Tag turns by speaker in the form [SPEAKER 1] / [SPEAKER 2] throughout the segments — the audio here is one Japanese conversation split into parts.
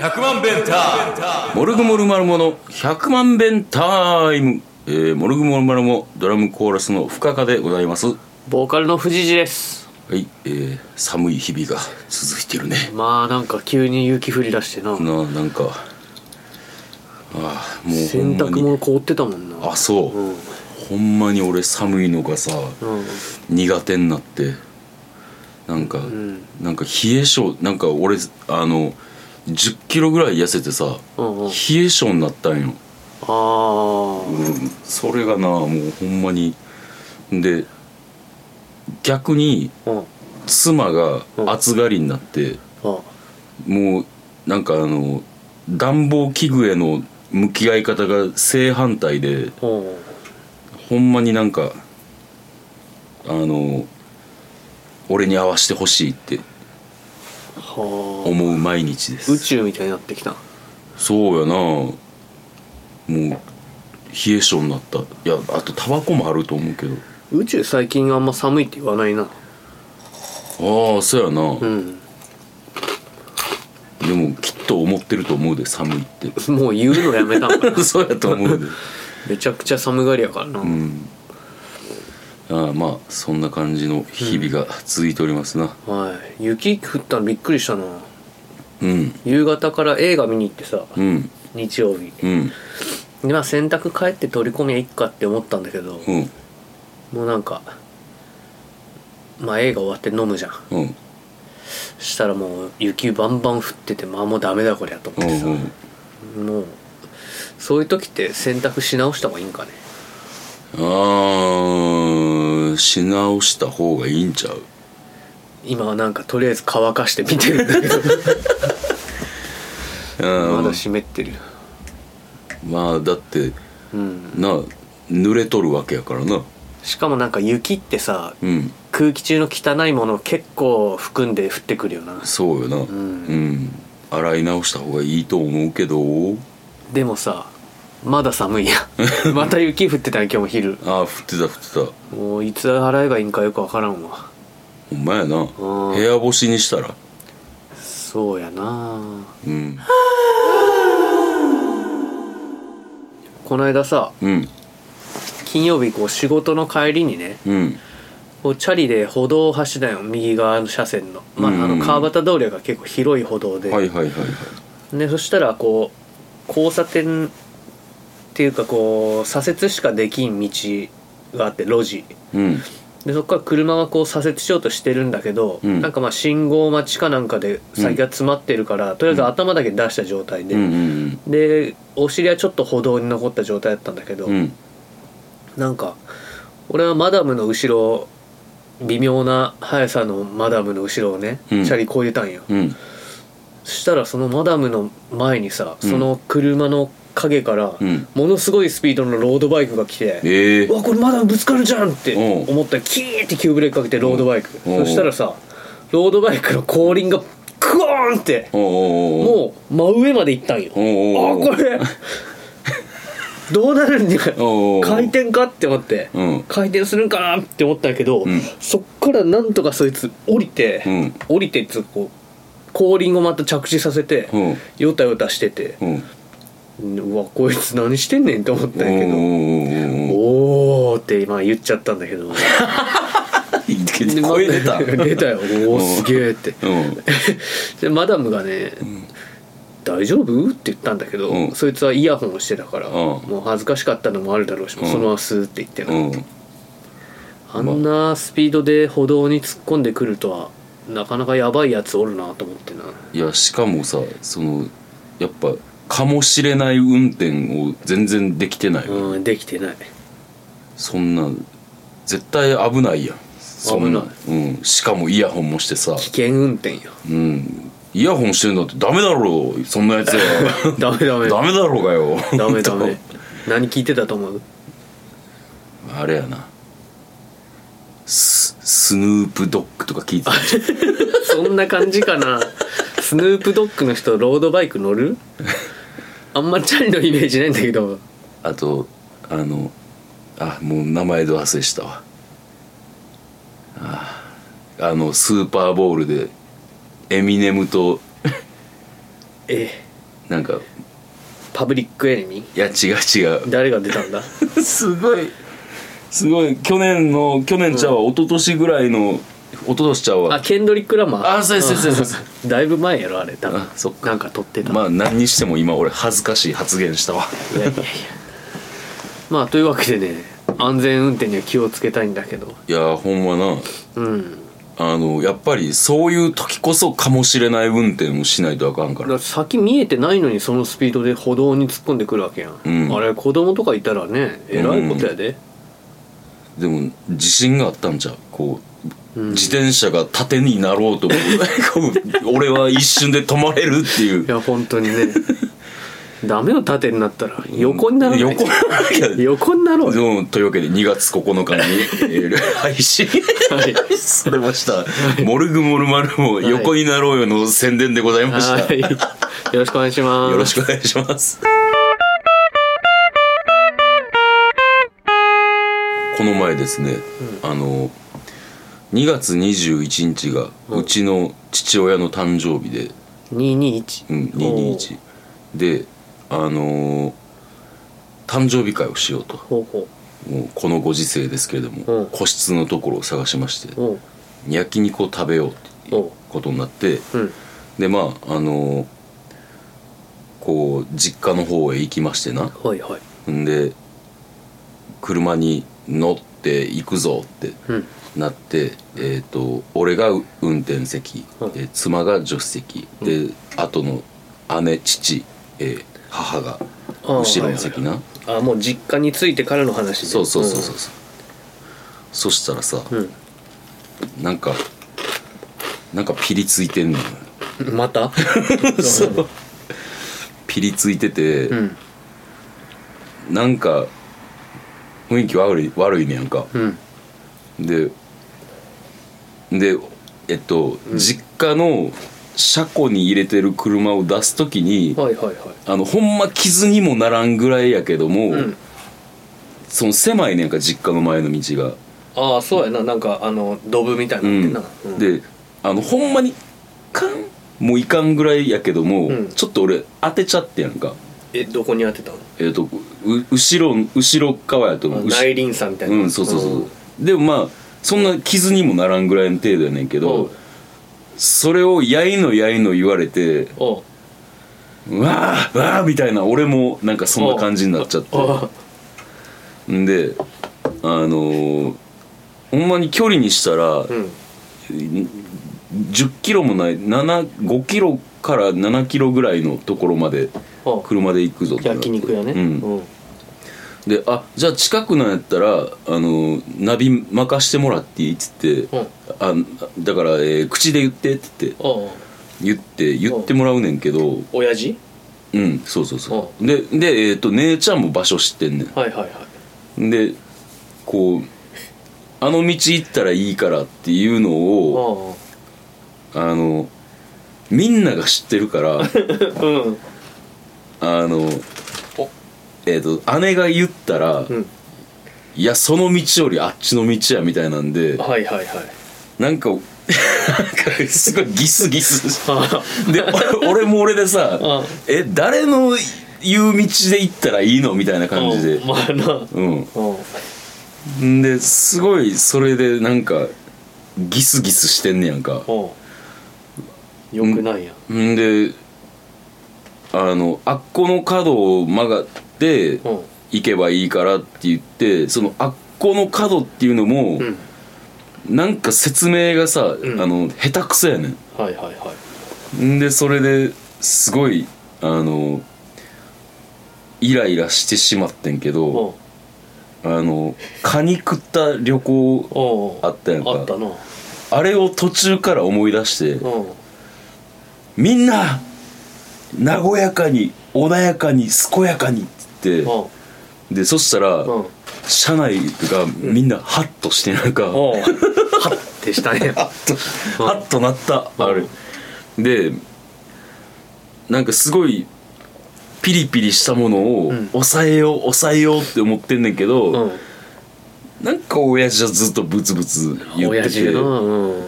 [SPEAKER 1] 100万弁タ
[SPEAKER 2] モルグモルマルモの100万遍タイム、えー、モルグモルマルモドラムコーラスの深川でございますは
[SPEAKER 3] ボーカルの藤次です
[SPEAKER 2] い、えー、寒い日々が続いてるね
[SPEAKER 3] まあなんか急に雪降り出してな
[SPEAKER 2] ななんかああもうほん
[SPEAKER 3] 洗
[SPEAKER 2] ま
[SPEAKER 3] 濯
[SPEAKER 2] に
[SPEAKER 3] 物凍ってたもんな
[SPEAKER 2] あそう、
[SPEAKER 3] うん
[SPEAKER 2] ほんまに俺寒いのがさ
[SPEAKER 3] うん
[SPEAKER 2] 苦手になってなんか、
[SPEAKER 3] ん
[SPEAKER 2] なんか冷え性なんか俺あの1 0キロぐらい痩せてさ、
[SPEAKER 3] うんうん
[SPEAKER 2] 冷え性になったんよ、
[SPEAKER 3] ああ
[SPEAKER 2] それがなもうほんまにで逆に
[SPEAKER 3] うん
[SPEAKER 2] 妻が暑がりになって、
[SPEAKER 3] あ
[SPEAKER 2] もうなんかあの暖房器具への向き合い方が正反対で
[SPEAKER 3] うん
[SPEAKER 2] ほんまになんかあの俺に合わせてほしいって
[SPEAKER 3] は
[SPEAKER 2] 思う毎日で
[SPEAKER 3] あ宇
[SPEAKER 2] す
[SPEAKER 3] 宙みたいになってきた
[SPEAKER 2] そうやなもう冷え性になったいやあとタバコもあると思うけど
[SPEAKER 3] 宇宙最近あんま寒いって言わないな
[SPEAKER 2] ああそうやな、
[SPEAKER 3] うん
[SPEAKER 2] でもきっと思ってると思うで寒いって
[SPEAKER 3] もう言うのやめ たんかな
[SPEAKER 2] そうやと思うで
[SPEAKER 3] めちゃくちゃ寒がりやからな、
[SPEAKER 2] うんああまあそんな感じの日々が続いておりますな
[SPEAKER 3] はい雪降ったのびっくりしたな
[SPEAKER 2] うん
[SPEAKER 3] 夕方から映画見に行ってさ
[SPEAKER 2] うん
[SPEAKER 3] 日曜日
[SPEAKER 2] うん
[SPEAKER 3] でまあ洗濯帰って取り込みゃいっかって思ったんだけど、
[SPEAKER 2] うん
[SPEAKER 3] もうなんかまあ映画終わって飲むじゃん
[SPEAKER 2] うん
[SPEAKER 3] したらもう雪バンバン降っててまあもうダメだこりゃと思
[SPEAKER 2] う
[SPEAKER 3] って
[SPEAKER 2] ん
[SPEAKER 3] さ、
[SPEAKER 2] うん
[SPEAKER 3] もうそういう時って洗濯し直した方がいいんかね
[SPEAKER 2] ああし直した方がいいんちゃう
[SPEAKER 3] 今はなんかとりあえず乾かして見てる んだけどまだ
[SPEAKER 2] うん
[SPEAKER 3] 湿ってる
[SPEAKER 2] まあだって
[SPEAKER 3] うん
[SPEAKER 2] な濡れとるわけやからな
[SPEAKER 3] しかもなんか雪ってさ
[SPEAKER 2] うん
[SPEAKER 3] 空気中の汚いものを結構含んで降ってくるよな
[SPEAKER 2] そうよなうんん洗い直した方がいいと思うけど
[SPEAKER 3] でもさまだ寒 いやまた雪降ってたね今日も昼
[SPEAKER 2] ああ降ってた降ってた
[SPEAKER 3] もういつ洗えばいいんかよくわからんわ
[SPEAKER 2] ほんまやな
[SPEAKER 3] うん
[SPEAKER 2] 部屋干しにしたら
[SPEAKER 3] そうやな
[SPEAKER 2] うん
[SPEAKER 3] この間さ
[SPEAKER 2] うん
[SPEAKER 3] 金曜日こう仕事の帰りにね
[SPEAKER 2] うん
[SPEAKER 3] こうチャリで歩道を走ったよ右側の車線の,、まあ、
[SPEAKER 2] うん
[SPEAKER 3] あ
[SPEAKER 2] うんう
[SPEAKER 3] の
[SPEAKER 2] ん
[SPEAKER 3] 川端通りが結構広い歩道で,、
[SPEAKER 2] はいはいはいはい
[SPEAKER 3] でそしたらこう交差点っていうかこう左折しかできん道があって路地
[SPEAKER 2] うん
[SPEAKER 3] でそこから車がこう左折しようとしてるんだけど、
[SPEAKER 2] うん
[SPEAKER 3] なんかまあ信号待ちかなんかで先が詰まってるから、とりあえず頭だけ出した状態で、
[SPEAKER 2] うんうん
[SPEAKER 3] でお尻はちょっと歩道に残った状態だったんだけど、
[SPEAKER 2] うんうん
[SPEAKER 3] なんか俺はマダムの後ろ微妙な速さのマダムの後ろをね、
[SPEAKER 2] うん
[SPEAKER 3] チャリ越えたんよ
[SPEAKER 2] うん
[SPEAKER 3] そしたらそのマダムの前にさその車の影から
[SPEAKER 2] うん
[SPEAKER 3] ものすごいスピードのロードバイクが来て
[SPEAKER 2] ええ
[SPEAKER 3] 「うわこれマダムぶつかるじゃん!」って
[SPEAKER 2] うん
[SPEAKER 3] 思ったらキーって急ブレーキかけてロードバイク
[SPEAKER 2] うん
[SPEAKER 3] そしたらさロードバイクの後輪がクオーンって
[SPEAKER 2] おおおう
[SPEAKER 3] もう真上まで行ったんよ
[SPEAKER 2] おう
[SPEAKER 3] あ
[SPEAKER 2] おうおう
[SPEAKER 3] これ どうなるんじゃ
[SPEAKER 2] おうおう
[SPEAKER 3] 回転かって思って
[SPEAKER 2] うん
[SPEAKER 3] 回転するんかなって思ったんやけど、
[SPEAKER 2] うん
[SPEAKER 3] そっからなんとかそいつ降りて、
[SPEAKER 2] うん
[SPEAKER 3] 降りてっつうかこう後輪をまた着地させて、
[SPEAKER 2] うん
[SPEAKER 3] ヨタヨタしてて、
[SPEAKER 2] うん
[SPEAKER 3] うわこいつ何してんねんって思ったんやけど、
[SPEAKER 2] おお
[SPEAKER 3] おーって今言っちゃったんだけど
[SPEAKER 2] 声 出た
[SPEAKER 3] 出たよおおすげえって
[SPEAKER 2] うん
[SPEAKER 3] でマダムがね、大丈夫って言ったんだけど、
[SPEAKER 2] うん
[SPEAKER 3] そいつはイヤホンをしてたから、
[SPEAKER 2] ん
[SPEAKER 3] もう恥ずかしかったのもあるだろうし、もうそのままスーって言ってな
[SPEAKER 2] うん
[SPEAKER 3] あんなスピードで歩道に突っ込んでくるとはなかなかやばいやつおるなと思ってない
[SPEAKER 2] やしかもさそのやっぱかもしれない運転を全然できてない、
[SPEAKER 3] うんできてない
[SPEAKER 2] そんな絶対危ないやんそん
[SPEAKER 3] 危
[SPEAKER 2] うん、しかもイヤホンもしてさ
[SPEAKER 3] 危険運転よ
[SPEAKER 2] うんイヤホンしてるんだってダメだろうそんなやつは
[SPEAKER 3] ダメ ダメ
[SPEAKER 2] ダメだろうがよ
[SPEAKER 3] ダメダ
[SPEAKER 2] 本
[SPEAKER 3] メ何聞いてたと思う
[SPEAKER 2] 当 あれやなススヌープドッグとか聞いてた
[SPEAKER 3] そんな感じ かなスヌープドッグの人ロードバイク乗るあんまチャリのイメージないんだけど
[SPEAKER 2] あとあのあもう名前ど忘れしたわああのスーパーボールでエミネムと
[SPEAKER 3] え
[SPEAKER 2] なんか
[SPEAKER 3] パブリックエネミ
[SPEAKER 2] いや違う違う
[SPEAKER 3] ー誰が出た んだ
[SPEAKER 2] すごいすごい去年の去年ちゃうわ、一昨年ぐらいの一昨年ちゃう
[SPEAKER 3] あ
[SPEAKER 2] わ
[SPEAKER 3] ケンドリック・ラマー
[SPEAKER 2] あそうですそうですそう
[SPEAKER 3] うんだいぶ前やろあれ多分
[SPEAKER 2] あそっか
[SPEAKER 3] なんか撮ってた、
[SPEAKER 2] まあ何にしても今俺恥ずかしい発言したわ
[SPEAKER 3] いやいやいやまあというわけでね安全運転には気をつけたいんだけど
[SPEAKER 2] いやほんまな
[SPEAKER 3] うん
[SPEAKER 2] あのやっぱりそういう時こそかもしれない運転をしないとあかんか
[SPEAKER 3] だからら先見えてないのにそのスピードで歩道に突っ込んでくるわけやん、
[SPEAKER 2] うん
[SPEAKER 3] あれ子供とかいたらねえらいことやで、
[SPEAKER 2] でも自信があったんちゃうこう、
[SPEAKER 3] うん
[SPEAKER 2] 自転車が縦になろうと思 うこう俺は一瞬で止まれるっていう
[SPEAKER 3] いや本当にねダメよ縦になったら横になろうよ
[SPEAKER 2] 横にならなきゃ
[SPEAKER 3] 横になろうよ
[SPEAKER 2] うんというわけで2月9日に、えー配信
[SPEAKER 3] はい
[SPEAKER 2] されました「モルグモルマルも横になろうよ」の宣伝でございました、
[SPEAKER 3] はいよろしくお願いします
[SPEAKER 2] よろしくお願いしますこの前ですね、あの2月21日がうちの父親の誕生日で、
[SPEAKER 3] 221
[SPEAKER 2] うん、221であのー誕生日会をしようと
[SPEAKER 3] ほうほ
[SPEAKER 2] もうこのご時世ですけれども、
[SPEAKER 3] うん
[SPEAKER 2] 個室のところを探しまして
[SPEAKER 3] うおう
[SPEAKER 2] 焼肉を食べようっていうことになって、
[SPEAKER 3] うん
[SPEAKER 2] でまああのーこう実家の方へ行きましてな
[SPEAKER 3] はいはい
[SPEAKER 2] んで車に乗って行くぞって
[SPEAKER 3] うん
[SPEAKER 2] なって、えー、と俺が運転席、
[SPEAKER 3] うん
[SPEAKER 2] で妻が助手席、で後の姉父、えー母が後ろの席な、
[SPEAKER 3] あもう実家に着いてからの話ね
[SPEAKER 2] そうそうそうそうそうそしたらさ、
[SPEAKER 3] うん、
[SPEAKER 2] なんかなんかピリついてんのよ
[SPEAKER 3] うんまたそう
[SPEAKER 2] ピリついてて、
[SPEAKER 3] ん
[SPEAKER 2] なんか雰囲気悪い悪いねやんか
[SPEAKER 3] うん
[SPEAKER 2] ででえっと、実家の車庫に入れてる車を出す時に
[SPEAKER 3] はいはいはい
[SPEAKER 2] あのほんま傷にもならんぐらいやけども、
[SPEAKER 3] うん
[SPEAKER 2] その狭いねんか実家の前の道が。
[SPEAKER 3] ああそうやななんかあのドブみたいになってんな、うん、
[SPEAKER 2] であのほんまにカンもういかんぐらいやけども、
[SPEAKER 3] うん
[SPEAKER 2] ちょっと俺当てちゃってやんか
[SPEAKER 3] えどこに当てたの
[SPEAKER 2] えっ、とう後ろ後ろ側やと思う後
[SPEAKER 3] 内輪差みたいな
[SPEAKER 2] うんそうそうそう、でもまあそんな傷にもならんぐらいの程度やねんけど、
[SPEAKER 3] うん
[SPEAKER 2] それをやいのやいの言われて
[SPEAKER 3] おう
[SPEAKER 2] うわーわあみたいな俺もなんかそんな感じになっちゃって
[SPEAKER 3] あ
[SPEAKER 2] んであのーほんまに距離にしたら、
[SPEAKER 3] うん
[SPEAKER 2] 10キロもない7 5キロから7キロぐらいのところまで
[SPEAKER 3] あ
[SPEAKER 2] 車で行くぞってなって
[SPEAKER 3] 焼肉屋ね
[SPEAKER 2] うん
[SPEAKER 3] うん
[SPEAKER 2] であじゃあ近くなんやったらあのナビ任してもらっていいっつって、
[SPEAKER 3] うん
[SPEAKER 2] あだから、えー口で言ってって言って
[SPEAKER 3] おう
[SPEAKER 2] 言って言ってもらうねんけど
[SPEAKER 3] 親父
[SPEAKER 2] うんそうそうそうでで、えー、と姉ちゃんも場所知ってんね
[SPEAKER 3] はいはいはい
[SPEAKER 2] んでこうあの道行ったらいいからっていうのを
[SPEAKER 3] おう
[SPEAKER 2] あのみんなが知ってるから
[SPEAKER 3] うん
[SPEAKER 2] あのおえっ、と姉が言ったら、
[SPEAKER 3] うん
[SPEAKER 2] いやその道よりあっちの道やみたいなんで
[SPEAKER 3] はいはいはい
[SPEAKER 2] なんか なんかすごいギスギス
[SPEAKER 3] あ
[SPEAKER 2] で俺俺も俺で
[SPEAKER 3] う
[SPEAKER 2] さ
[SPEAKER 3] ん
[SPEAKER 2] 「え誰の言う道で行ったらいいの?」みたいな感じで
[SPEAKER 3] うんまあな
[SPEAKER 2] うん
[SPEAKER 3] うん
[SPEAKER 2] んですごいそれでなんかギスギスしてんねやんか
[SPEAKER 3] おうよくないやん
[SPEAKER 2] んであのあっこの角を曲がって
[SPEAKER 3] うん
[SPEAKER 2] 行けばいいからって言ってそのあっこの角っていうのも、
[SPEAKER 3] うん
[SPEAKER 2] なんか説明がさ、
[SPEAKER 3] ん
[SPEAKER 2] あの下手くそやねん
[SPEAKER 3] はいはいはい
[SPEAKER 2] んでそれですごいあのイライラしてしまってんけ
[SPEAKER 3] お
[SPEAKER 2] ど
[SPEAKER 3] う
[SPEAKER 2] あのカニ食った旅行
[SPEAKER 3] おう
[SPEAKER 2] あったやんか
[SPEAKER 3] あったな
[SPEAKER 2] あれを途中から思い出して
[SPEAKER 3] うん
[SPEAKER 2] みんな和やかに穏やかに健やかにって言っ
[SPEAKER 3] お
[SPEAKER 2] てでそしたら
[SPEAKER 3] うん
[SPEAKER 2] 車内がみんなハッとしてなんかハ
[SPEAKER 3] おうはってしたね
[SPEAKER 2] ッとハッとなったあれ
[SPEAKER 3] う
[SPEAKER 2] でなんかすごいピリピリしたものを
[SPEAKER 3] うん
[SPEAKER 2] 抑えよう抑えようって思ってんねんけど、
[SPEAKER 3] うん
[SPEAKER 2] なんか親父はずっとブツブツ言って
[SPEAKER 3] 親父
[SPEAKER 2] て
[SPEAKER 3] なうん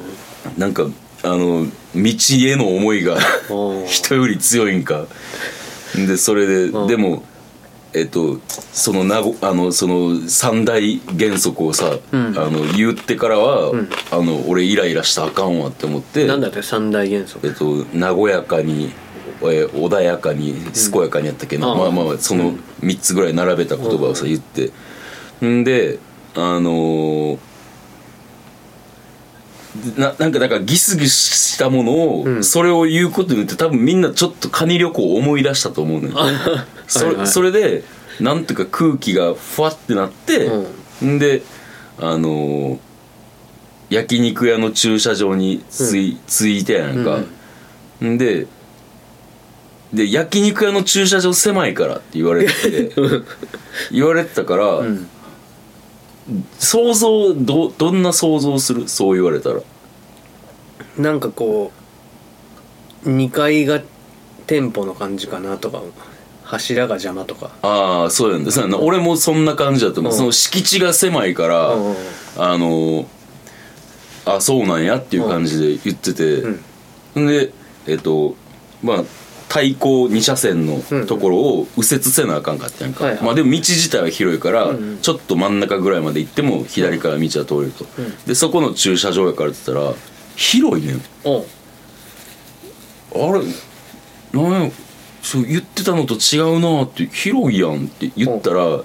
[SPEAKER 2] なんかあの道への思いが
[SPEAKER 3] おー
[SPEAKER 2] 人より強いんかでそれで、
[SPEAKER 3] うん
[SPEAKER 2] でもえっとそのなごあのその三大原則をさ、
[SPEAKER 3] うん
[SPEAKER 2] あの言ってからは、
[SPEAKER 3] うん
[SPEAKER 2] あの俺イライラしたらあかんわって思って
[SPEAKER 3] なんだって三大元素
[SPEAKER 2] えっと和やかに、えー穏やかに健やかにやったっけな、
[SPEAKER 3] ああ
[SPEAKER 2] まあまあまあその3つぐらい並べた言葉をさ言ってんであのーななんかだからギスギスしたものを、
[SPEAKER 3] うん
[SPEAKER 2] それを言うことによって多分みんなちょっとカニ旅行を思い出したと思うのよ。そ
[SPEAKER 3] はいは
[SPEAKER 2] れ
[SPEAKER 3] い
[SPEAKER 2] それでなんとか空気がふわってなって、ん、であのー焼肉屋の駐車場につい,、ついてやんか、ん、でで焼肉屋の駐車場狭いからって言われて て言われてたから、
[SPEAKER 3] うん
[SPEAKER 2] 想像どどんな想像するそう言われたら
[SPEAKER 3] なんかこう2階が店舗の感じかなとか柱が邪魔とか
[SPEAKER 2] ああそうやんだそうやんな俺もそんな感じだと思う、
[SPEAKER 3] うん
[SPEAKER 2] その敷地が狭いから、
[SPEAKER 3] うんうんうん
[SPEAKER 2] あのあそうなんやっていう感じで言ってて、ん、でえっとまあ対向2車線のところを右折せなあかんかったやんか、
[SPEAKER 3] はいはい
[SPEAKER 2] まあ、でも道自体は広いから、
[SPEAKER 3] んうん
[SPEAKER 2] ちょっと真ん中ぐらいまで行っても左から道は通れると、
[SPEAKER 3] うん
[SPEAKER 2] でそこの駐車場やからって言ったら広いねん
[SPEAKER 3] おう
[SPEAKER 2] あれなんやそう言ってたのと違うなって広いやんって言ったら、
[SPEAKER 3] ん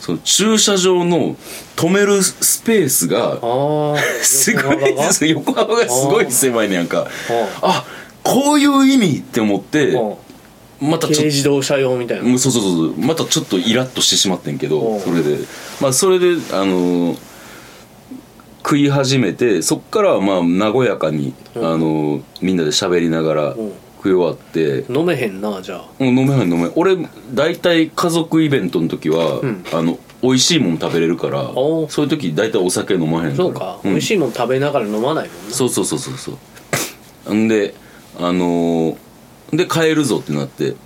[SPEAKER 2] その駐車場の止めるスペースが
[SPEAKER 3] ああ
[SPEAKER 2] すごいです横幅がすごい狭いねやんか
[SPEAKER 3] あ
[SPEAKER 2] あこういう意味って思って
[SPEAKER 3] あ
[SPEAKER 2] またち
[SPEAKER 3] 軽
[SPEAKER 2] ょっ
[SPEAKER 3] 自動車用みたい
[SPEAKER 2] とう
[SPEAKER 3] なん
[SPEAKER 2] そうそうそうまたちょっとイラッとしてしまってんけ
[SPEAKER 3] お
[SPEAKER 2] ど
[SPEAKER 3] う
[SPEAKER 2] それでまあそれであのー食い始めてそっからはまあ和やかにあ
[SPEAKER 3] うん
[SPEAKER 2] のーみんなで喋りながら
[SPEAKER 3] ん
[SPEAKER 2] 食い終わって
[SPEAKER 3] 飲めへんなじゃあ
[SPEAKER 2] もう飲めへん飲めへん俺大体家族イベントの時は
[SPEAKER 3] うん
[SPEAKER 2] あの美味しいもん食べれるから
[SPEAKER 3] おう
[SPEAKER 2] そういう時大体お酒飲まへんから
[SPEAKER 3] そうか、
[SPEAKER 2] うん
[SPEAKER 3] 美味しいもん食べながら飲まないもんな
[SPEAKER 2] そうそうそうそうそうんであのーで帰るぞってなって、
[SPEAKER 3] ん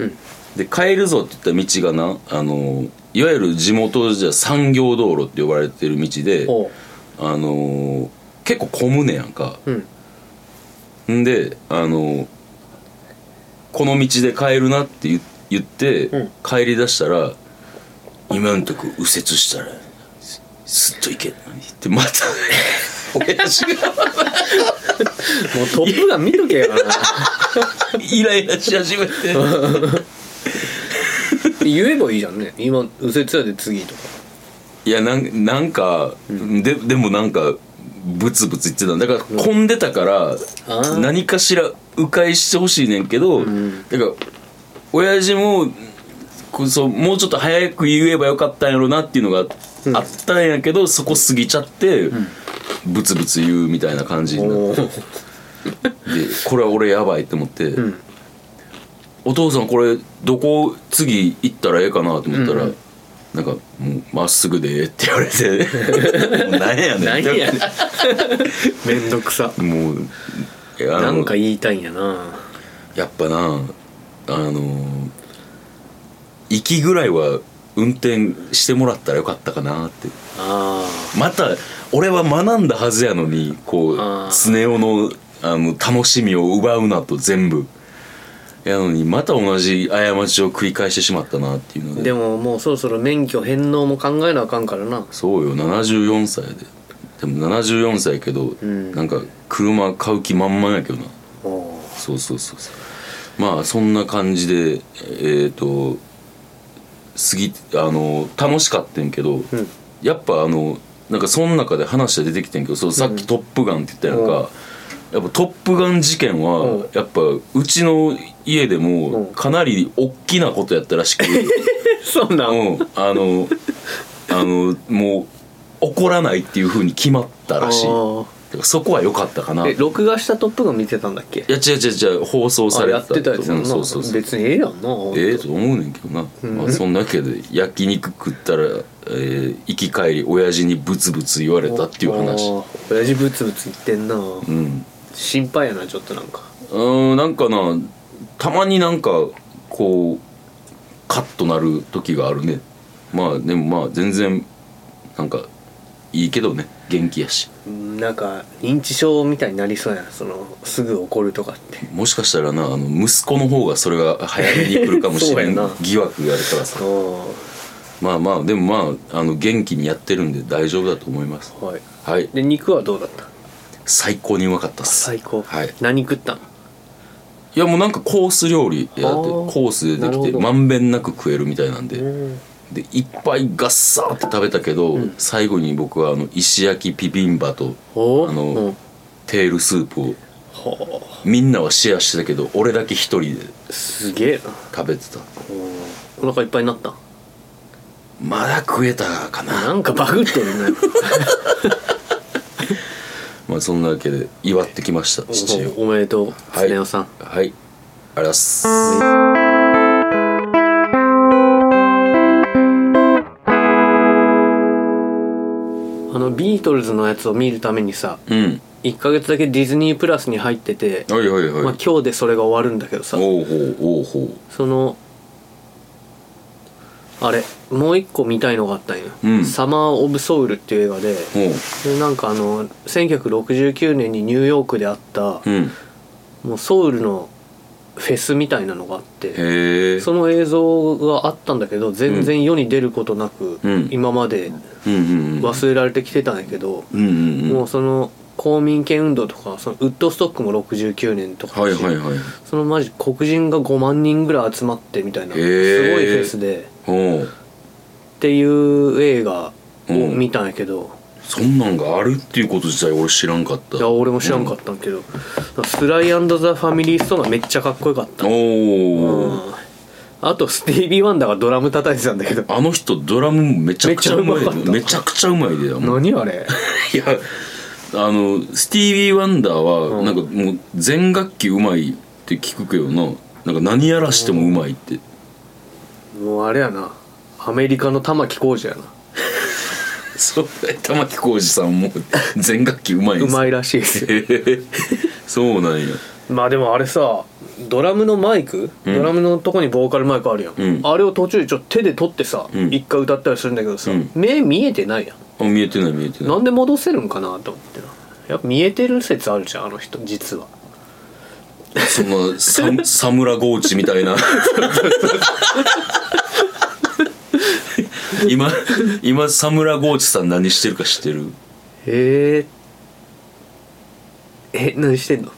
[SPEAKER 2] で帰るぞって言った道がな、あのーいわゆる地元じゃ産業道路って呼ばれてる道で、
[SPEAKER 3] おう
[SPEAKER 2] あのー結構混むねやんか
[SPEAKER 3] うん
[SPEAKER 2] んで、あのーこの道で帰るなって言言って、
[SPEAKER 3] うん
[SPEAKER 2] 帰り出したら「今んとこ右折したらすすっと行け」ってま た親父が
[SPEAKER 3] もうトップガン見とけよな
[SPEAKER 2] イライラし始めて。
[SPEAKER 3] 言えばいいじゃんね今右折やで次 とか
[SPEAKER 2] いやなんなんか、ででもなんかブツブツ言ってたんだから混んでたから、
[SPEAKER 3] ー
[SPEAKER 2] 何かしら迂回してほしいねんけど、
[SPEAKER 3] ん
[SPEAKER 2] だから親父もこうそうもうちょっと早く言えばよかったんやろなっていうのが
[SPEAKER 3] うん
[SPEAKER 2] あったんやけど、そこ過ぎちゃって、ブツブツ言うみたいな感じになって
[SPEAKER 3] お
[SPEAKER 2] で
[SPEAKER 3] ー
[SPEAKER 2] これは俺やばいって思って。
[SPEAKER 3] うん
[SPEAKER 2] お父さんこれどこ次行ったらええかなと思ったら、
[SPEAKER 3] うん
[SPEAKER 2] なんか「もうまっすぐで」って言われ て「もう何やねん」
[SPEAKER 3] 何 やねんめんどくさ
[SPEAKER 2] もういやあの
[SPEAKER 3] なんか言いたいんやな
[SPEAKER 2] やっぱなあの息ぐらいは運転してもらったらよかったかなって
[SPEAKER 3] あ
[SPEAKER 2] また俺は学んだはずやのにこう
[SPEAKER 3] あー
[SPEAKER 2] 常雄のあの楽しみを奪うなと全部やのにまた同じ過ちを繰り返してしまったなっていうの
[SPEAKER 3] あでももうそろそろ免許返納も考えなあかんからな
[SPEAKER 2] そうよ74歳ででも74歳やけど、
[SPEAKER 3] ん
[SPEAKER 2] なんか車買う気満々やけどな
[SPEAKER 3] おー
[SPEAKER 2] そうそうそうそうまあそんな感じでえっ、と過ぎあの楽しかったんけど、
[SPEAKER 3] ん
[SPEAKER 2] やっぱあのなんかその中で話が出てきてんけどそうさっき「トップガン」って言ったやんか、やっぱ「トップガン」事件は、
[SPEAKER 3] うん
[SPEAKER 2] やっぱうちの家で
[SPEAKER 3] うん
[SPEAKER 2] もかなり大きなことやったらし く、
[SPEAKER 3] そうなん、
[SPEAKER 2] うん、あのあのもう怒らないっていうふうに決まったらしい
[SPEAKER 3] あ
[SPEAKER 2] だ
[SPEAKER 3] ー
[SPEAKER 2] からそこは良かったかな
[SPEAKER 3] え
[SPEAKER 2] い
[SPEAKER 3] 録画した「トップガン」見てたんだっけ
[SPEAKER 2] や違う違う違う放送さ
[SPEAKER 3] あ
[SPEAKER 2] れ
[SPEAKER 3] や
[SPEAKER 2] て
[SPEAKER 3] ったてたやつや
[SPEAKER 2] うんん
[SPEAKER 3] な
[SPEAKER 2] そうそうそう
[SPEAKER 3] 別にええやんな
[SPEAKER 2] ええと思うねんけどな、まあ、そんなわけで焼肉食ったら、えー、行き帰り親父にブツブツ言われたっていう話
[SPEAKER 3] あー親父ブツブツ言ってんな、
[SPEAKER 2] うん
[SPEAKER 3] 心配やなちょっとなんか
[SPEAKER 2] うーんなんかなたまになんかこうカッとなる時があるねまあでもまあ全然なんかいいけどね元気やし
[SPEAKER 3] なんか認知症みたいになりそうやなそのすぐ怒るとかって
[SPEAKER 2] もしかしたらなあの息子の方がそれが流行りに来るかもしれん
[SPEAKER 3] そうやな
[SPEAKER 2] 疑惑があるからさ
[SPEAKER 3] う
[SPEAKER 2] まあまあでもまああの元気にやってるんで大丈夫だと思います
[SPEAKER 3] んはい
[SPEAKER 2] はい
[SPEAKER 3] で肉はどうだった
[SPEAKER 2] 最高にうまかったっす
[SPEAKER 3] 最高、
[SPEAKER 2] はい
[SPEAKER 3] 何食ったの
[SPEAKER 2] いやもうなんかコース料理やって
[SPEAKER 3] あー
[SPEAKER 2] コースでで
[SPEAKER 3] なる
[SPEAKER 2] き
[SPEAKER 3] ほ
[SPEAKER 2] て
[SPEAKER 3] ど
[SPEAKER 2] まんべんなく食えるみたいなんで、
[SPEAKER 3] うん
[SPEAKER 2] でいっぱいガッサーって食べたけど、最後に僕はあの石焼きビビンバと
[SPEAKER 3] お
[SPEAKER 2] あの
[SPEAKER 3] うん
[SPEAKER 2] テールスープを
[SPEAKER 3] ほ
[SPEAKER 2] みんなはシェアしてたけど俺だけ一人で
[SPEAKER 3] うすげえな
[SPEAKER 2] 食べてた
[SPEAKER 3] おお腹いっぱいになった
[SPEAKER 2] まだ食えたかな
[SPEAKER 3] なんかバグってるね
[SPEAKER 2] まあそんなわけで祝ってきました 父を
[SPEAKER 3] おおめでとう
[SPEAKER 2] はい
[SPEAKER 3] 常雄さん、
[SPEAKER 2] はいありがとうございます
[SPEAKER 3] あのビートルズのやつを見るためにさ
[SPEAKER 2] うん
[SPEAKER 3] 1ヶ月だけディズニープラスに入ってて、
[SPEAKER 2] はいはいはい、
[SPEAKER 3] まあ、今日でそれが終わるんだけどさ
[SPEAKER 2] おうほうおうほう
[SPEAKER 3] そのあれもう一個見たいのがあったんよ「
[SPEAKER 2] うん
[SPEAKER 3] サマー・オブ・ソウル」っていう映画で
[SPEAKER 2] ほ
[SPEAKER 3] でなんかあの1969年にニューヨークであった
[SPEAKER 2] ううん
[SPEAKER 3] もうソウルのフェスみたいなのがあって
[SPEAKER 2] へえ
[SPEAKER 3] その映像があったんだけど全然世に出ることなく
[SPEAKER 2] うん
[SPEAKER 3] 今まで
[SPEAKER 2] うんうんうん
[SPEAKER 3] 忘れられてきてたんやけど
[SPEAKER 2] うんうんうん
[SPEAKER 3] もうその公民権運動とかそのウッドストックも69年とか
[SPEAKER 2] は
[SPEAKER 3] だ
[SPEAKER 2] い
[SPEAKER 3] し
[SPEAKER 2] はいはい
[SPEAKER 3] そのマジ黒人が5万人ぐらい集まってみたいな
[SPEAKER 2] へ
[SPEAKER 3] すごい
[SPEAKER 2] ー
[SPEAKER 3] フェスで
[SPEAKER 2] ほう
[SPEAKER 3] っていう映画を見たんやけど、
[SPEAKER 2] そんなんがあるっていうこと自体俺知らんかった
[SPEAKER 3] いや俺も知らんかったんやけど、スライザ・ファミリーストーンがめっちゃかっこよかった、
[SPEAKER 2] お
[SPEAKER 3] う
[SPEAKER 2] お
[SPEAKER 3] んあとスティービー・ワンダーがドラム叩いてたんだけど
[SPEAKER 2] あの人ドラムめちゃくちゃうまいでめ
[SPEAKER 3] め
[SPEAKER 2] ちゃくちゃうまいでだもん
[SPEAKER 3] 何あれ
[SPEAKER 2] いやあのスティービー・ワンダーはなんかもう全楽器うまいって聞くけどななんか何やらしてもうまいって
[SPEAKER 3] もうあれやなアメリカの玉置浩二やな
[SPEAKER 2] そう玉置浩二さんも全楽器うまいん
[SPEAKER 3] う
[SPEAKER 2] です
[SPEAKER 3] まいらしいですよ
[SPEAKER 2] へえそうなんや
[SPEAKER 3] まあでもあれさドラムのマイク、
[SPEAKER 2] ん
[SPEAKER 3] ドラムのとこにボーカルマイクあるやん、
[SPEAKER 2] うん
[SPEAKER 3] あれを途中でちょっと手で取ってさ、
[SPEAKER 2] うん
[SPEAKER 3] 一回歌ったりするんだけどさ、
[SPEAKER 2] うん
[SPEAKER 3] 目見えてないやん
[SPEAKER 2] あ見えてない見えてない
[SPEAKER 3] なんで戻せるんかなと思ってなやっぱ見えてる説あるじゃんあの人実は
[SPEAKER 2] そのサ ムサムラゴーチみたいな 今今サムラゴーチさん何してるか知ってる
[SPEAKER 3] へええ何してんの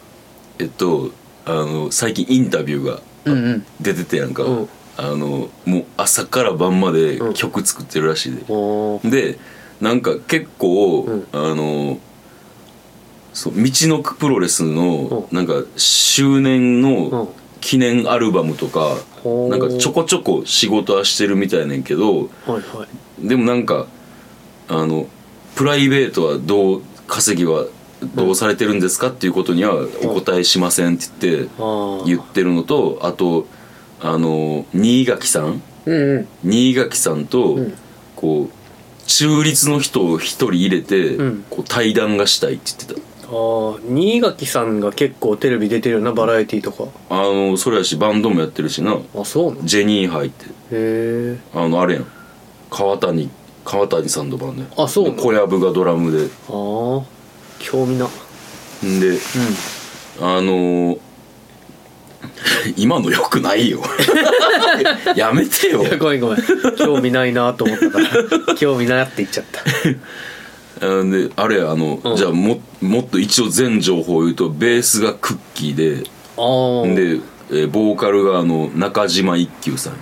[SPEAKER 2] えっとあの最近インタビューが
[SPEAKER 3] うんうん
[SPEAKER 2] 出ててやんか、
[SPEAKER 3] うん
[SPEAKER 2] あのもう朝から晩まで
[SPEAKER 3] うん
[SPEAKER 2] 曲作ってるらしいで、
[SPEAKER 3] おー
[SPEAKER 2] でなんか結構、
[SPEAKER 3] ん
[SPEAKER 2] あのそう道のくプロレスの
[SPEAKER 3] う
[SPEAKER 2] なんか周年
[SPEAKER 3] うん
[SPEAKER 2] の記念アルバムとか、
[SPEAKER 3] ほー
[SPEAKER 2] なんかちょこちょこ仕事はしてるみたいねんけど
[SPEAKER 3] はいはい
[SPEAKER 2] でもなんかあのプライベートはどう稼ぎはどうされてるんですかっていうことにはお答えしませんって言って。
[SPEAKER 3] あー
[SPEAKER 2] 言ってるのとあとあの新垣さん
[SPEAKER 3] うんうん
[SPEAKER 2] 新垣さんと、
[SPEAKER 3] ん
[SPEAKER 2] こう中立の人を一人入れて、
[SPEAKER 3] うん
[SPEAKER 2] こう対談がしたいって言って
[SPEAKER 3] ああ新垣さんが結構テレビ出てるよなバラエティーとか
[SPEAKER 2] たあのそれやしバンドもやってるしな
[SPEAKER 3] あそうなのへ
[SPEAKER 2] ジェニーハイって
[SPEAKER 3] え
[SPEAKER 2] あのあれやん川谷川谷さんのバンドや
[SPEAKER 3] あそうな
[SPEAKER 2] で
[SPEAKER 3] の
[SPEAKER 2] 小籔がドラムで
[SPEAKER 3] ああ興味なん
[SPEAKER 2] であのー 今のよくない よやめてよ
[SPEAKER 3] うん ごめんごめん興味ないなと思ったから 興味ないって言っちゃった
[SPEAKER 2] あであれやあの、
[SPEAKER 3] うん
[SPEAKER 2] じゃあももっと一応全情報を言うとベースがクッキーで、
[SPEAKER 3] あー
[SPEAKER 2] で、えーボーカルがあの中島一休さん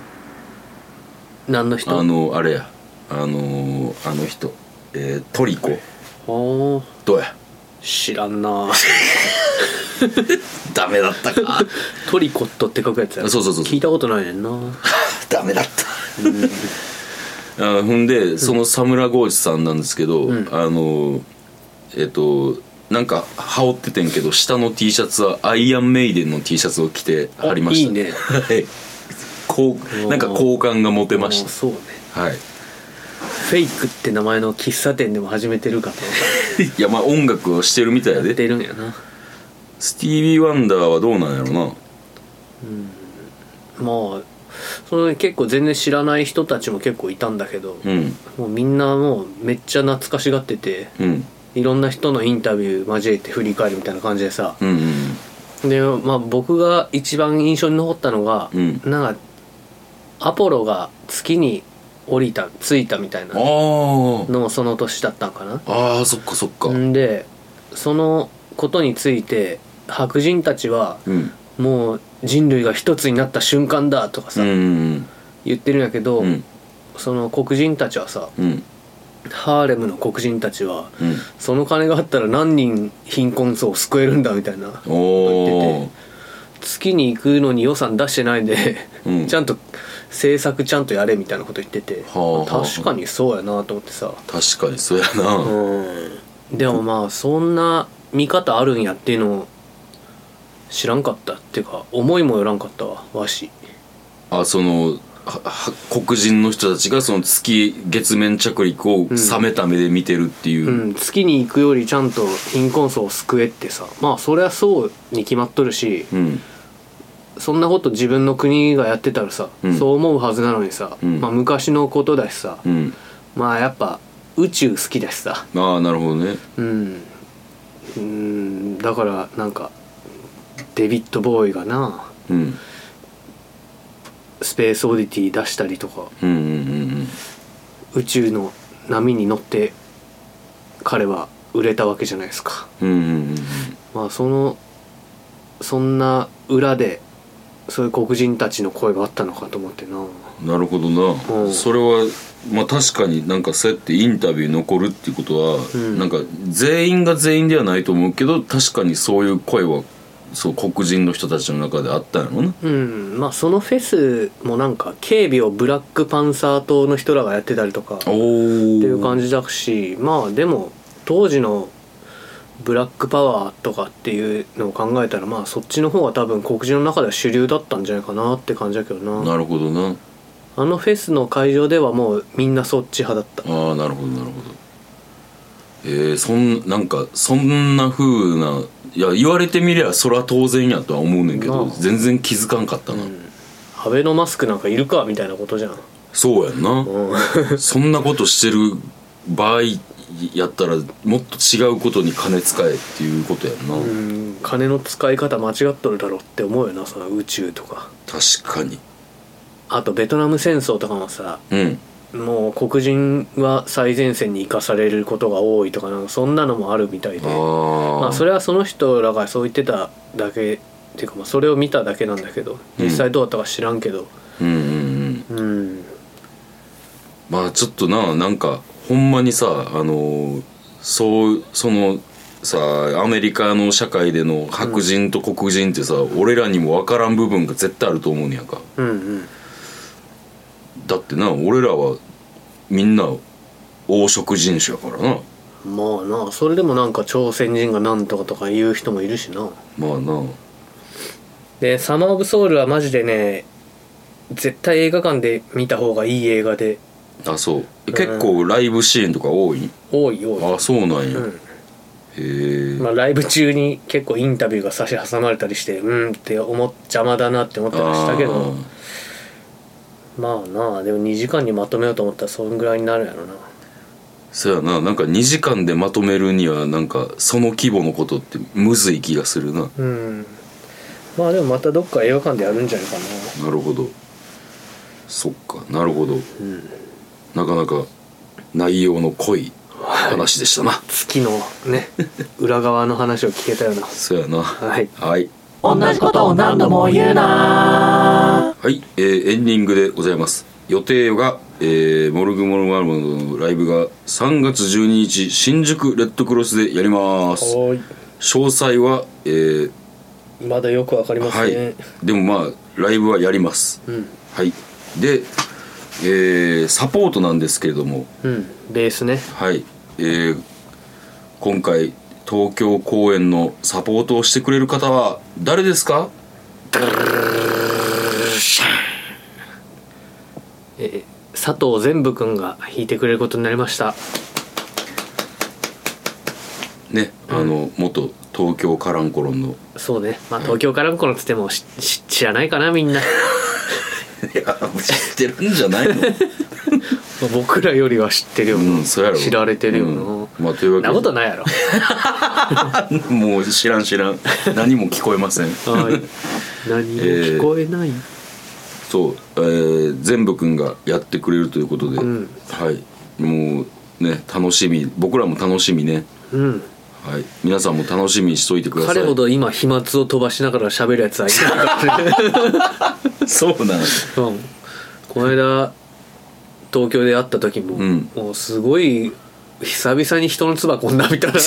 [SPEAKER 3] 何の人
[SPEAKER 2] あ
[SPEAKER 3] あ
[SPEAKER 2] のあれやあのーあの人、えートリコ
[SPEAKER 3] ー
[SPEAKER 2] どうや
[SPEAKER 3] 知らんな
[SPEAKER 2] ダメだった か
[SPEAKER 3] トリコットって書くやつやろ
[SPEAKER 2] そうそうそうそう
[SPEAKER 3] 聞いたことないねんな
[SPEAKER 2] ダメだった、 あほんでそのサムラゴーチさんなんですけど、
[SPEAKER 3] うん
[SPEAKER 2] あのーえっ、となんか羽織っててんけど下の T シャツはアイアンメイデンの T シャツを着て貼りました
[SPEAKER 3] おいいね
[SPEAKER 2] はいこうなんか好感が持てまし
[SPEAKER 3] あー
[SPEAKER 2] た
[SPEAKER 3] そうね
[SPEAKER 2] はい、
[SPEAKER 3] フェイクって名前の喫茶店でも始めてるかと思
[SPEAKER 2] いやまあ音楽をしてるみたい
[SPEAKER 3] っ
[SPEAKER 2] やで
[SPEAKER 3] てるんやな
[SPEAKER 2] スティービー・ワンダーはどうなんやろな
[SPEAKER 3] まあその結構全然知らない人たちも結構いたんだけど、
[SPEAKER 2] うん
[SPEAKER 3] もうみんなもうめっちゃ懐かしがってて
[SPEAKER 2] うん
[SPEAKER 3] いろんな人のインタビュー交えて振り返るみたいな感じでさ、
[SPEAKER 2] うん
[SPEAKER 3] で、まあ、僕が一番印象に残ったのが、
[SPEAKER 2] うん
[SPEAKER 3] なんかアポロが月に降りた着いたみたいな
[SPEAKER 2] うんあ
[SPEAKER 3] のもその年だったんかな
[SPEAKER 2] ああーそっかそっかうん
[SPEAKER 3] んでそのことについて白人たちは
[SPEAKER 2] うん
[SPEAKER 3] もう人類が一つになった瞬間だとか
[SPEAKER 2] う
[SPEAKER 3] さ、
[SPEAKER 2] ん
[SPEAKER 3] 言ってるんやけど、
[SPEAKER 2] うん
[SPEAKER 3] その黒人たちはさ
[SPEAKER 2] うん
[SPEAKER 3] ハーレムの黒人たちは
[SPEAKER 2] うん
[SPEAKER 3] その金があったら何人貧困層を救えるんだみたいな
[SPEAKER 2] お
[SPEAKER 3] 言
[SPEAKER 2] お
[SPEAKER 3] 月に行くのに予算出してないで、
[SPEAKER 2] うん
[SPEAKER 3] ちゃんと政策ちゃんとやれみたいなこと言ってて、
[SPEAKER 2] あはあ
[SPEAKER 3] 確かにそうやなと思ってさ、
[SPEAKER 2] 確かにそうやな、
[SPEAKER 3] うん、でもまあそんな見方あるんやっていうのを知らんかったっていうか思いもよらんかったわわし
[SPEAKER 2] あそのはは黒人の人たちがその月月面着陸を冷めた目で見てるっていう、
[SPEAKER 3] うん、月に行くよりちゃんと貧困層を救えってさまあそりゃそうに決まっとるし
[SPEAKER 2] うん
[SPEAKER 3] そんなこと自分の国がやってたらさ、
[SPEAKER 2] うん
[SPEAKER 3] そう思うはずなのにさ、
[SPEAKER 2] うん
[SPEAKER 3] まあ、昔のことだしさ、
[SPEAKER 2] うん
[SPEAKER 3] まあやっぱ宇宙好きだしさ
[SPEAKER 2] ああなるほどね
[SPEAKER 3] うんうんだからなんかデビッド・ボーイがな
[SPEAKER 2] うん
[SPEAKER 3] スペースオディティ出したりとか
[SPEAKER 2] うんうんうん
[SPEAKER 3] 宇宙の波に乗って彼は売れたわけじゃないですか
[SPEAKER 2] うんうんうん
[SPEAKER 3] まあそのそんな裏でそういう黒人たちの声があったのかと思ってな
[SPEAKER 2] うんなるほどな、
[SPEAKER 3] うん
[SPEAKER 2] それはまあ確かになんかそうやってインタビュー残るっていうことは、
[SPEAKER 3] ん
[SPEAKER 2] なんか全員が全員ではないと思うけど確かにそういう声はそう黒人の人たちの中であったんやろな
[SPEAKER 3] うんまあそのフェスもなんか警備をブラックパンサー党の人らがやってたりとか
[SPEAKER 2] おお
[SPEAKER 3] っていう感じだしまあでも当時のブラックパワーとかっていうのを考えたらまあそっちの方が多分黒人の中では主流だったんじゃないかなって感じだけどな
[SPEAKER 2] なるほどな
[SPEAKER 3] あのフェスの会場ではもうみんなそっち派だった
[SPEAKER 2] ああなるほどなるほどえー、そんなんかそんな風ないや言われてみりゃそら当然やとは思うねんけど
[SPEAKER 3] なあ
[SPEAKER 2] 全然気づかんかったな、
[SPEAKER 3] アベノマスクなんかいるかみたいなことじゃん
[SPEAKER 2] そうやんな
[SPEAKER 3] うん
[SPEAKER 2] そんなことしてる場合やったらもっと違うことに金使えっていうことやんな、
[SPEAKER 3] うん金の使い方間違っとるだろうって思うよなその宇宙とか
[SPEAKER 2] 確かに
[SPEAKER 3] あとベトナム戦争とかもさ
[SPEAKER 2] うん
[SPEAKER 3] もう黒人は最前線に行かされることが多いとかなんかそんなのもあるみたいで
[SPEAKER 2] あ
[SPEAKER 3] まあ
[SPEAKER 2] あ
[SPEAKER 3] それはその人らがそう言ってただけっていうかまあそれを見ただけなんだけど実際どうだったか知らんけど
[SPEAKER 2] うんうんうん
[SPEAKER 3] うん
[SPEAKER 2] まあちょっとななんかほんまにさあのーそうそのさアメリカの社会での白人と黒人ってさ、俺らにも分からん部分が絶対あると思うんやんか
[SPEAKER 3] うんうん
[SPEAKER 2] だってな俺らはみんな黄色人種やからな
[SPEAKER 3] まあなそれでもなんか朝鮮人がなんとかとか言う人もいるしな
[SPEAKER 2] まあな
[SPEAKER 3] で「サマー・オブ・ソウル」はマジでね絶対映画館で見た方がいい映画で
[SPEAKER 2] あそうえ結構ライブシーンとか多いん
[SPEAKER 3] 多い多
[SPEAKER 2] あそうなん
[SPEAKER 3] い、
[SPEAKER 2] や、
[SPEAKER 3] うん
[SPEAKER 2] へえ、
[SPEAKER 3] まあ、ライブ中に結構インタビューが差し挟まれたりしてうんって思っ邪魔だなって思ったりしたけどまあなあでも2時間にまとめようと思ったらそんぐらいになるやろな
[SPEAKER 2] そうやななんか2時間でまとめるにはなんかその規模のことってむずい気がするな
[SPEAKER 3] うんまあでもまたどっか映画館でやるんじゃないかな
[SPEAKER 2] なるほどそっかなるほど、なかなか内容の濃い話でしたな、
[SPEAKER 3] 月のね裏側の話を聞けたような
[SPEAKER 2] そうやなは
[SPEAKER 3] はい
[SPEAKER 2] はい、
[SPEAKER 4] 同じことを何度も言うな
[SPEAKER 2] えーエンディングでございます予定が、えーモルグモルマルモのライブが3月12日新宿レッドクロスでやります
[SPEAKER 3] おい
[SPEAKER 2] 詳細は、えー
[SPEAKER 3] まだよくわかりま
[SPEAKER 2] は
[SPEAKER 3] す
[SPEAKER 2] い
[SPEAKER 3] ね、、
[SPEAKER 2] でもまあライブはやります、
[SPEAKER 3] うん
[SPEAKER 2] はいで、えーサポートなんですけれども
[SPEAKER 3] うんベースね
[SPEAKER 2] はい、えー今回東京公演のサポートをしてくれる方は誰ですか
[SPEAKER 3] えー佐藤善武くんが弾いてくれることになりました
[SPEAKER 2] ね、あの元東京カランコロンの
[SPEAKER 3] そうねまあ東京からこのつってもしし知らないかなみんな
[SPEAKER 2] いや知ってるんじゃないの
[SPEAKER 3] 僕らよりは知ってるよな、
[SPEAKER 2] うんそうやろ
[SPEAKER 3] 知られてるよな、
[SPEAKER 2] うんまあというわけ
[SPEAKER 3] なことないやろ
[SPEAKER 2] でもう知らん知らん何も聞こえません
[SPEAKER 3] 何も聞こえない、
[SPEAKER 2] そう、えー、全部くんがやってくれるということで、
[SPEAKER 3] ん
[SPEAKER 2] はいもうね楽しみ僕らも楽しみね
[SPEAKER 3] うん
[SPEAKER 2] はい皆さんも楽しみにしといてください
[SPEAKER 3] 彼ほど今飛沫を飛ばしながら喋るやつはいないからね
[SPEAKER 2] そうなん
[SPEAKER 3] うんこの間東京で会った時も、
[SPEAKER 2] うん
[SPEAKER 3] もうすごい久々に人の唾こんなみたいな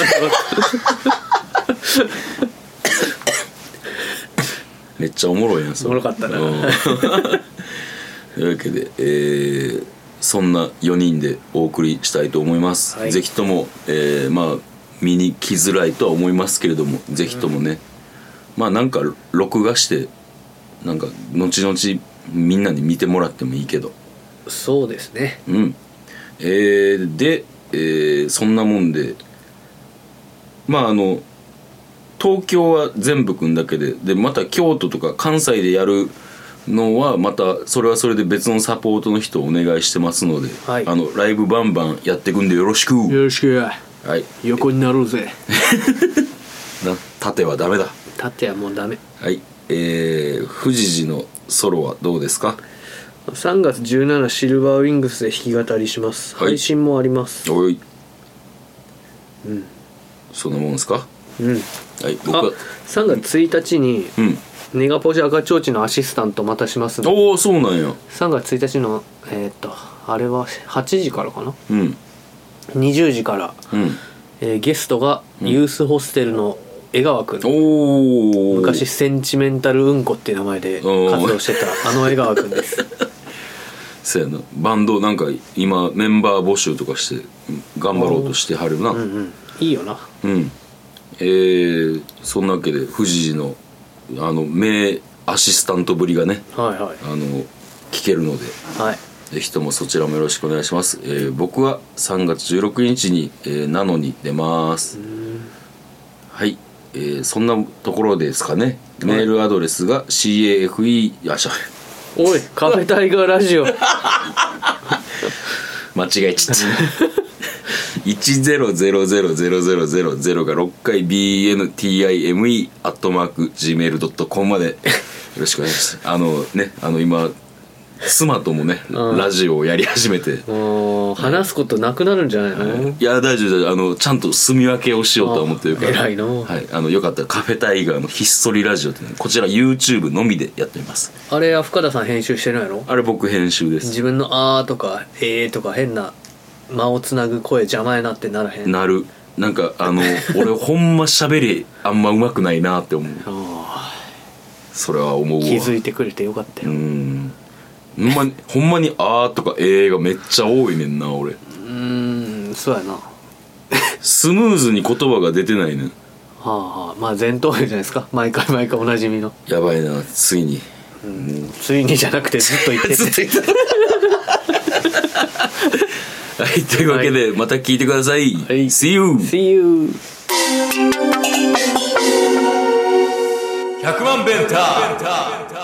[SPEAKER 2] めっちゃおもろいやんそ
[SPEAKER 3] おもろかったな
[SPEAKER 2] うん というわけで、えーそんな4人でお送りしたいと思います、
[SPEAKER 3] はい
[SPEAKER 2] ぜひとも、えーまあ見に来づらいとは思いますけれどもぜひともね、まあなんか録画してなんか後々みんなに見てもらってもいいけど
[SPEAKER 3] そうですね
[SPEAKER 2] うんえーで、えーそんなもんでまああの東京は全部くんだけででまた京都とか関西でやるのはまたそれはそれで別のサポートの人をお願いしてますので、
[SPEAKER 3] はい
[SPEAKER 2] あのライブバンバンやってくんでよろしく、
[SPEAKER 3] ろしく
[SPEAKER 2] はい
[SPEAKER 3] 横になろうぜ
[SPEAKER 2] な縦はダメだ
[SPEAKER 3] てはもうダメ
[SPEAKER 2] はいえー、富士寺のソロはどうですか
[SPEAKER 3] 3月17シルバーウィングスで弾き語りします、
[SPEAKER 2] はい
[SPEAKER 3] 配信もあります
[SPEAKER 2] おい、そんなもんですか
[SPEAKER 3] うん
[SPEAKER 2] はい僕
[SPEAKER 3] あ
[SPEAKER 2] は
[SPEAKER 3] 3月1日に
[SPEAKER 2] うん
[SPEAKER 3] ネガポジ赤ちょうちのアシスタントまたしますんで
[SPEAKER 2] おおそうなんや
[SPEAKER 3] 3月1日のえーっとあれは8時からかな
[SPEAKER 2] うん
[SPEAKER 3] 20時から、
[SPEAKER 2] うん
[SPEAKER 3] えーゲストがユースホステルの江川君、ん、
[SPEAKER 2] おお
[SPEAKER 3] 昔センチメンタルうんこっていう名前で活
[SPEAKER 2] おー
[SPEAKER 3] 動してたあの江川君です
[SPEAKER 2] そうやなバンドなんか今メンバー募集とかして頑張ろうとしてはるなう、
[SPEAKER 3] うんんうんいいよな
[SPEAKER 2] えー、そんなわけで藤井のあの名アシスタントぶりがね
[SPEAKER 3] はいはい
[SPEAKER 2] あの聞けるので
[SPEAKER 3] はい
[SPEAKER 2] ぜひともそちらもよろしくお願いします、えー僕は3月16日に「えーなのに」出ますはい、えーそんなところですかねメールアドレスが CAFE あしゃ
[SPEAKER 3] おいカフェタイガーラジオ
[SPEAKER 2] 間違えちゃった100000000が6回 bntime アットマーク gmail.com までよろしくお願いしますあのねあの今妻ともね、
[SPEAKER 3] うん
[SPEAKER 2] ラジオをやり始めて
[SPEAKER 3] もう話すことなくなるんじゃないの、
[SPEAKER 2] いや大丈夫大丈夫あのちゃんと住み分けをしようとは思ってるから
[SPEAKER 3] あ偉いな
[SPEAKER 2] はい、あのよかったらカフェタイガーのひっそりラジオっていうのこちら YouTube のみでやっております
[SPEAKER 3] あれは深田さん編集してないの
[SPEAKER 2] あれ僕編集です
[SPEAKER 3] 自分の「あー」とか「えー」とか変な間をつなぐ声邪魔やなってならへん
[SPEAKER 2] なるなんかあの俺ほんま喋りあんま上手くないなって思う
[SPEAKER 3] あ
[SPEAKER 2] それは思うわ
[SPEAKER 3] ー気づいてくれてよかった
[SPEAKER 2] う
[SPEAKER 3] よ、
[SPEAKER 2] んほんまにほんまに「あ」とか「え」がめっちゃ多いねんな俺
[SPEAKER 3] うーんそうやなは
[SPEAKER 2] スムーズに言葉が出てないねん
[SPEAKER 3] あはあまあ前頭葉じゃないですか毎回毎回おなじみの
[SPEAKER 2] やばいなつい に
[SPEAKER 3] ついにじゃなくて ずっと言ってて
[SPEAKER 2] はいというわけで、また聞いてください、
[SPEAKER 3] い
[SPEAKER 2] See you!
[SPEAKER 3] See you
[SPEAKER 1] 100万ベンター